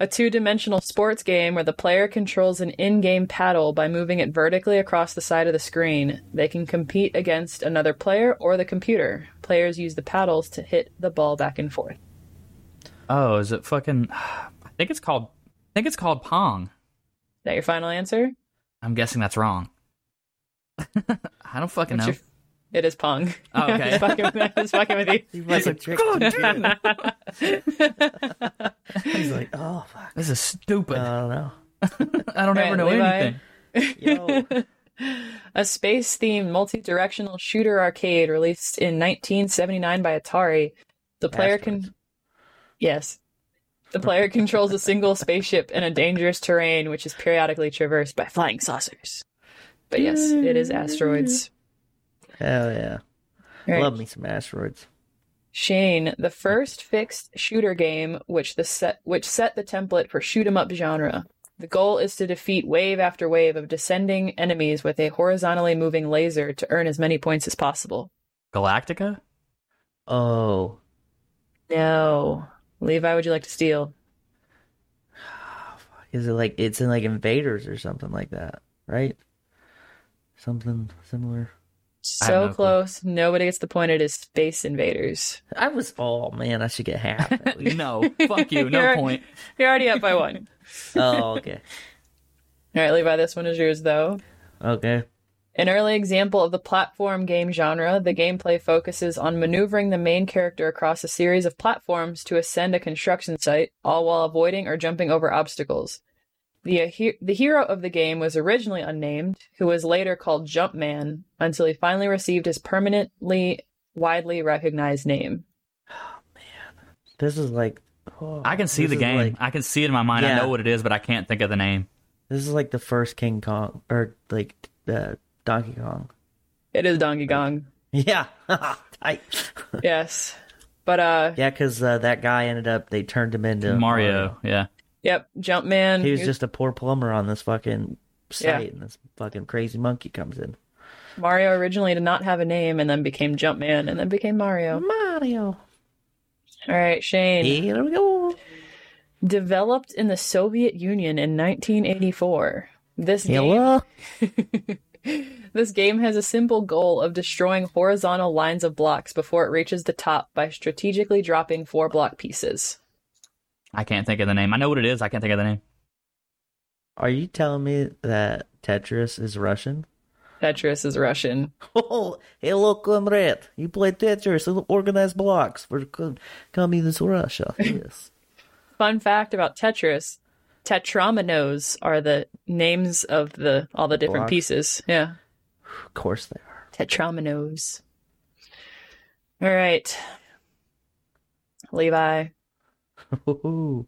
Speaker 6: a two dimensional sports game where the player controls an in game paddle by moving it vertically across the side of the screen. They can compete against another player or the computer. Players use the paddles to hit the ball back and forth.
Speaker 5: Oh, is it fucking? <sighs> I think it's called. I think it's called Pong.
Speaker 6: Is that your final answer?
Speaker 5: I'm guessing that's wrong. <laughs> I don't fucking know.
Speaker 6: What's your- It is Pong.
Speaker 5: Oh, okay.
Speaker 6: <laughs> I'm just fucking, I'm just fucking with you.
Speaker 4: You must have tricked him. <laughs> He's like, oh fuck,
Speaker 5: This is stupid.
Speaker 4: I don't know.
Speaker 5: Uh, <laughs> I don't
Speaker 6: Right,
Speaker 5: ever know
Speaker 6: Levi.
Speaker 5: anything.
Speaker 4: Yo,
Speaker 6: A space themed multi directional shooter arcade released in 1979 by Atari. The player can.
Speaker 4: Asteroids.
Speaker 6: Yes. The player controls a single spaceship in a dangerous terrain which is periodically traversed by flying saucers. But yes, it is asteroids.
Speaker 4: hell yeah, <laughs>
Speaker 6: Right.
Speaker 4: love me some asteroids.
Speaker 6: Shane, the first fixed shooter game which the set which set the template for shoot 'em up genre. The goal is to defeat wave after wave of descending enemies with a horizontally moving laser to earn as many points as possible.
Speaker 5: Galactica?
Speaker 4: Oh,
Speaker 6: No. Levi, would you like to steal?
Speaker 4: is it like it's in like Invaders or something like that, right? Something similar.
Speaker 5: I have no
Speaker 6: So
Speaker 5: clue.
Speaker 6: close. Nobody gets the point. It is Space Invaders.
Speaker 4: I was, oh man, I should get half. at
Speaker 5: <laughs>
Speaker 4: least.
Speaker 5: No. Fuck you. No
Speaker 6: You're-
Speaker 5: point.
Speaker 6: You're already up by one.
Speaker 4: oh, okay,
Speaker 6: <laughs> All right, Levi, this one is yours, though.
Speaker 4: okay.
Speaker 6: An early example of the platform game genre, the gameplay focuses on maneuvering the main character across a series of platforms to ascend a construction site, all while avoiding or jumping over obstacles. The, uh, he- the hero of the game was originally unnamed, who was later called Jumpman, until he finally received his permanently widely recognized name.
Speaker 4: This is like, oh,
Speaker 5: I can see
Speaker 4: this
Speaker 5: the
Speaker 4: is
Speaker 5: game.
Speaker 4: like-
Speaker 5: I can see it in my mind. I
Speaker 4: Yeah.
Speaker 5: know what it is, but I can't think of the name.
Speaker 4: this is like the first King Kong or like the Donkey Kong. <laughs>
Speaker 6: It is Donkey Kong.
Speaker 4: Yeah, <laughs> I,
Speaker 6: Yes. But, uh,
Speaker 4: yeah, because uh, that guy ended up they turned him into
Speaker 5: Mario. Yeah.
Speaker 6: yep, Jumpman.
Speaker 4: He was just a poor plumber on this fucking
Speaker 6: Yeah.
Speaker 4: site, and this fucking crazy monkey comes in.
Speaker 6: Mario originally did not have a name and then became Jumpman and then became Mario.
Speaker 4: Mario, Mm-hmm.
Speaker 6: All right, Shane.
Speaker 4: here we go.
Speaker 6: Developed in the Soviet Union in 1984. This game,
Speaker 4: Hello.
Speaker 6: this game has a simple goal of destroying horizontal lines of blocks before it reaches the top by strategically dropping four block pieces.
Speaker 5: I can't think of the name. I know what it is. I can't think of the name.
Speaker 4: Are you telling me that Tetris is Russian?
Speaker 6: Tetris is Russian.
Speaker 4: Oh, hello, comrade. You play Tetris and organize blocks for co- communist
Speaker 5: <laughs>
Speaker 4: Russia. Yes.
Speaker 6: Fun fact about Tetris, tetrominoes are the names of the all the different
Speaker 4: Blocks.
Speaker 6: pieces. Yeah.
Speaker 4: of course they are.
Speaker 6: Tetrominoes. All right. Levi,
Speaker 4: <laughs> Ooh,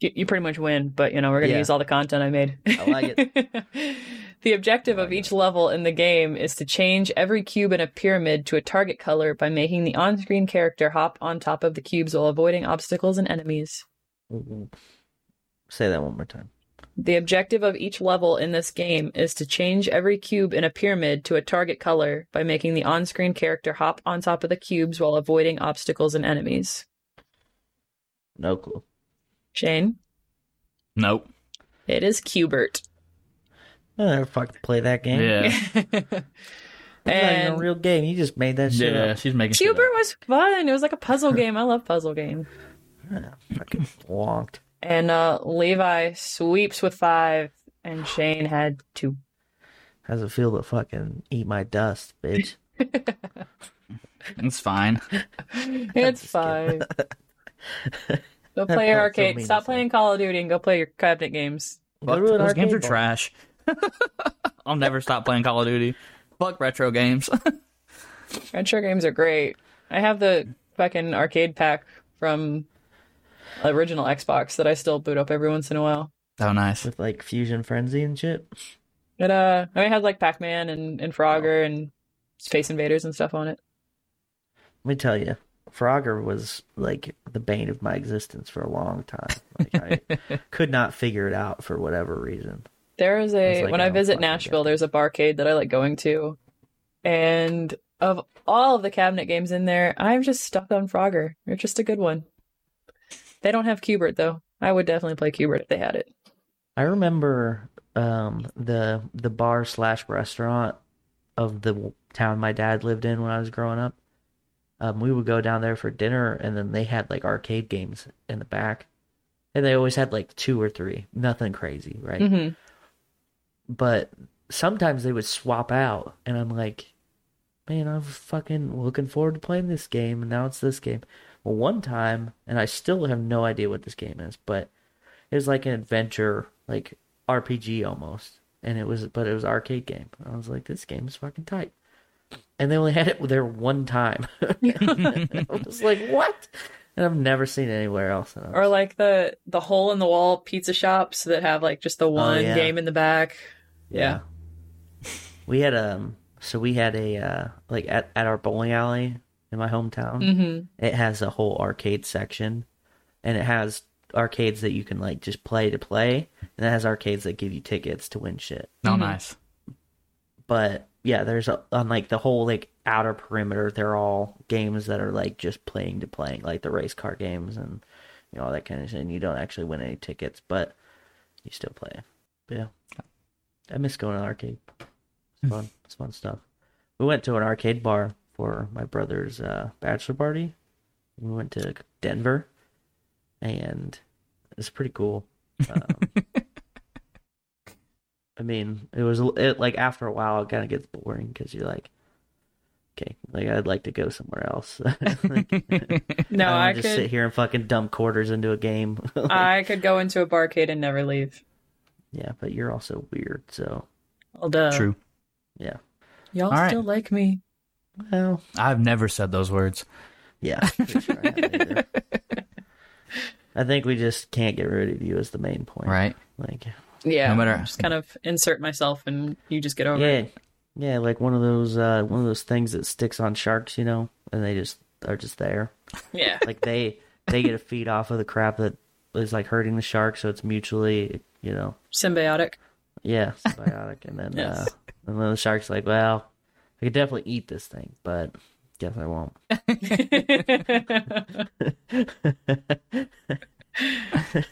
Speaker 6: you, you pretty much win, but you know, we're going to
Speaker 4: Yeah.
Speaker 6: use all the content I made.
Speaker 4: I like it.
Speaker 6: <laughs> the objective of each level in the game is to change every cube in a pyramid to a target color by making the on screen character hop on top of the cubes while avoiding obstacles and enemies.
Speaker 4: Mm-hmm. Say that one more time.
Speaker 6: The objective of each level in this game is to change every cube in a pyramid to a target color by making the on screen character hop on top of the cubes while avoiding obstacles and enemies.
Speaker 4: No clue.
Speaker 6: Shane,
Speaker 5: Nope.
Speaker 6: it is Cubert.
Speaker 4: I never fucking Eh, play that game.
Speaker 5: <laughs> Yeah.
Speaker 4: It's not even a
Speaker 6: And
Speaker 4: real game. You just made that shit
Speaker 5: Yeah. She's making. shit up.
Speaker 6: Cubert was fun. It was like
Speaker 4: <laughs>
Speaker 6: a puzzle game. I love puzzle games.
Speaker 4: up. Ah, Fucking wonked.
Speaker 6: And uh, Levi sweeps with five, and Shane had two.
Speaker 4: How's it feel to fucking eat my dust, bitch?
Speaker 5: It's <laughs> fine.
Speaker 4: <laughs>
Speaker 6: It's five. Go play
Speaker 4: felt
Speaker 6: your
Speaker 4: so
Speaker 6: arcade.
Speaker 4: mean to
Speaker 6: Stop
Speaker 4: say.
Speaker 6: playing Call of Duty and go play your cabinet games.
Speaker 4: Go to an
Speaker 5: Those games
Speaker 4: arcade
Speaker 5: are
Speaker 4: bar.
Speaker 5: trash. <laughs> I'll never stop playing Call of Duty. Fuck retro games. <laughs>
Speaker 6: Adventure games are great. I have the fucking arcade pack from the original Xbox that I still boot up every once in a while.
Speaker 5: oh, nice.
Speaker 4: with like Fusion Frenzy and shit.
Speaker 6: It uh, I, mean, I had like Pac Man and, and
Speaker 4: Oh.
Speaker 6: Frogger and Space Invaders and stuff on it.
Speaker 4: Let me tell you, Frogger was like the bane of my existence for a long time. Like, I could not figure it out for whatever reason.
Speaker 6: There is a
Speaker 4: It's like
Speaker 6: when
Speaker 4: I
Speaker 6: I
Speaker 4: don't
Speaker 6: visit
Speaker 4: fucking get
Speaker 6: Nashville, there's a barcade that I like going to, and of all of the cabinet games in there, I'm just stuck on Frogger. They're just a good one. They don't have Cubert though. I would definitely play Cubert if they had it.
Speaker 4: I remember um, the the bar slash restaurant of the w- town my dad lived in when I was growing up. Um, we would go down there for dinner, and then they had like arcade games in the back, and they always had like two or three, nothing crazy, right?
Speaker 6: hmm
Speaker 4: But sometimes they would swap out, and I'm like, man, I'm fucking looking forward to playing this game, and now it's this game. Well, one time, and I still have no idea what this game is, but it was like an adventure, like RPG almost, and it was, but it was arcade game. I was like, this game is fucking tight, and they only <laughs> had it there one time. <laughs> I was like, what? And I've never seen it anywhere else. And I was-
Speaker 6: Or like the the hole in the wall pizza shops that have like just the one
Speaker 4: yeah.
Speaker 6: game in the back.
Speaker 4: Yeah. We had um so we had a uh like at, at our bowling alley in my hometown.
Speaker 6: Mm. Mm-hmm.
Speaker 4: It has a whole arcade section and it has arcades that you can like just play to play and it has arcades that give you tickets to win shit.
Speaker 5: No, nice.
Speaker 4: But yeah, there's a, on like the whole like outer perimeter, they're all games that are like just playing to playing, like the race car games and you know all that kind of shit. And you don't actually win any tickets, but you still play. But yeah, I miss going to the arcade. It's fun. it's fun stuff. We went to an arcade bar for my brother's uh, bachelor party. We went to Denver, and it's pretty cool. Um, I mean, it was it like after a while, it kind of gets boring because you're like, okay, like I'd like to go somewhere else. <laughs> Like,
Speaker 6: <laughs> No,
Speaker 4: I,
Speaker 6: I,
Speaker 4: wanna just sit
Speaker 6: could
Speaker 4: here and fucking dump quarters into a game.
Speaker 6: <laughs>
Speaker 4: <laughs>
Speaker 6: I could go into a barcade and never leave.
Speaker 4: yeah, but you're also weird, so
Speaker 6: Although
Speaker 5: True.
Speaker 4: yeah.
Speaker 5: All
Speaker 6: y'all
Speaker 5: right.
Speaker 6: still like me.
Speaker 4: Well,
Speaker 5: I've never said those words.
Speaker 6: <laughs>
Speaker 4: yeah. pretty sure I, haven't either. I think we just can't get rid of you is the main point,
Speaker 5: Right.
Speaker 4: Like,
Speaker 6: Yeah.
Speaker 5: No matter-
Speaker 6: just kind of insert myself and you just get over it.
Speaker 4: yeah, yeah, like one of those uh, one of those things that sticks on sharks, you know, and they just are just there.
Speaker 6: Yeah.
Speaker 4: Like they they get a feed off of the crap that is like hurting the shark, so it's mutually, you know,
Speaker 6: Symbiotic.
Speaker 4: Yeah, symbiotic. and then
Speaker 6: Yes.
Speaker 4: uh, and then the shark's like, well, I could definitely eat this thing, but guess I won't.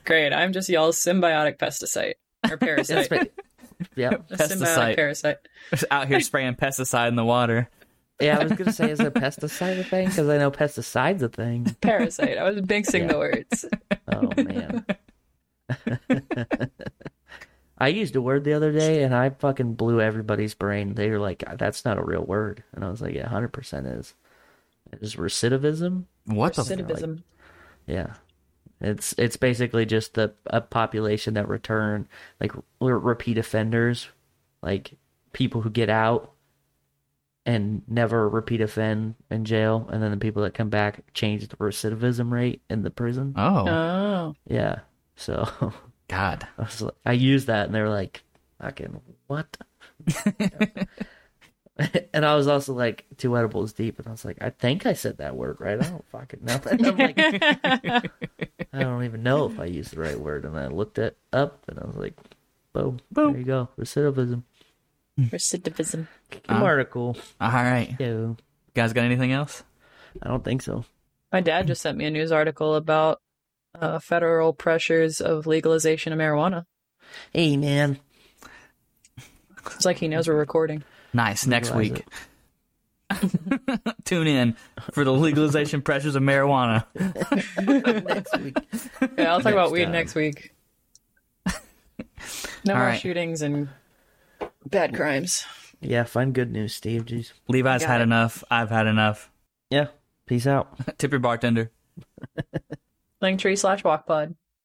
Speaker 6: Great. I'm just y'all's symbiotic pesticide or parasite.
Speaker 4: That's yeah,
Speaker 6: A symbiotic
Speaker 5: Pesticide.
Speaker 6: parasite.
Speaker 5: <laughs> Out here spraying pesticide in the water.
Speaker 4: yeah. I was gonna say is it a pesticide a thing because I know pesticides a thing.
Speaker 6: Parasite. I was mixing
Speaker 4: Yeah.
Speaker 6: the words.
Speaker 4: Oh man. <laughs> I used a word the other day and I fucking blew everybody's brain. They were like, "That's not a real word," and I was like, "Yeah, hundred percent is." It is recidivism.
Speaker 5: What the? F-
Speaker 6: Recidivism.
Speaker 4: Yeah. It's it's basically just the a population that return like r- repeat offenders, like people who get out and never repeat offend in jail, and then the people that come back change the recidivism rate in the prison.
Speaker 5: oh
Speaker 6: Oh.
Speaker 4: Yeah. So <laughs>
Speaker 5: God.
Speaker 4: I was like, I used that, and they were like, "Fucking what?" <laughs> and I was also like two edibles deep, and I was like, "I think I said that word right. I don't fucking know." <laughs> And I'm like, I don't even know if I used the right word, and I looked it up, and I was like, "Boom, boom, there you go, recidivism."
Speaker 6: Recidivism.
Speaker 4: Good article.
Speaker 5: All right.
Speaker 4: Yeah,
Speaker 5: guys, got anything else?
Speaker 4: I don't think so.
Speaker 6: My dad just sent me a news article about uh, federal pressures of legalization of marijuana.
Speaker 4: Hey, man.
Speaker 6: It's like he knows we're recording.
Speaker 5: Nice. Next
Speaker 4: Legalize
Speaker 5: week. <laughs> Tune in for the legalization pressures of marijuana.
Speaker 4: Next week.
Speaker 6: Yeah, I'll talk about
Speaker 4: Next
Speaker 6: weed
Speaker 4: time.
Speaker 6: next week. <laughs> No
Speaker 5: All
Speaker 6: more
Speaker 5: right.
Speaker 6: shootings and bad crimes.
Speaker 4: Yeah, find good news, Steve. Jeez.
Speaker 5: Levi's
Speaker 6: Got
Speaker 5: had
Speaker 6: it.
Speaker 5: enough. I've had enough.
Speaker 4: Yeah. Peace out.
Speaker 5: Tip your bartender.
Speaker 6: Linktree slash walkpod.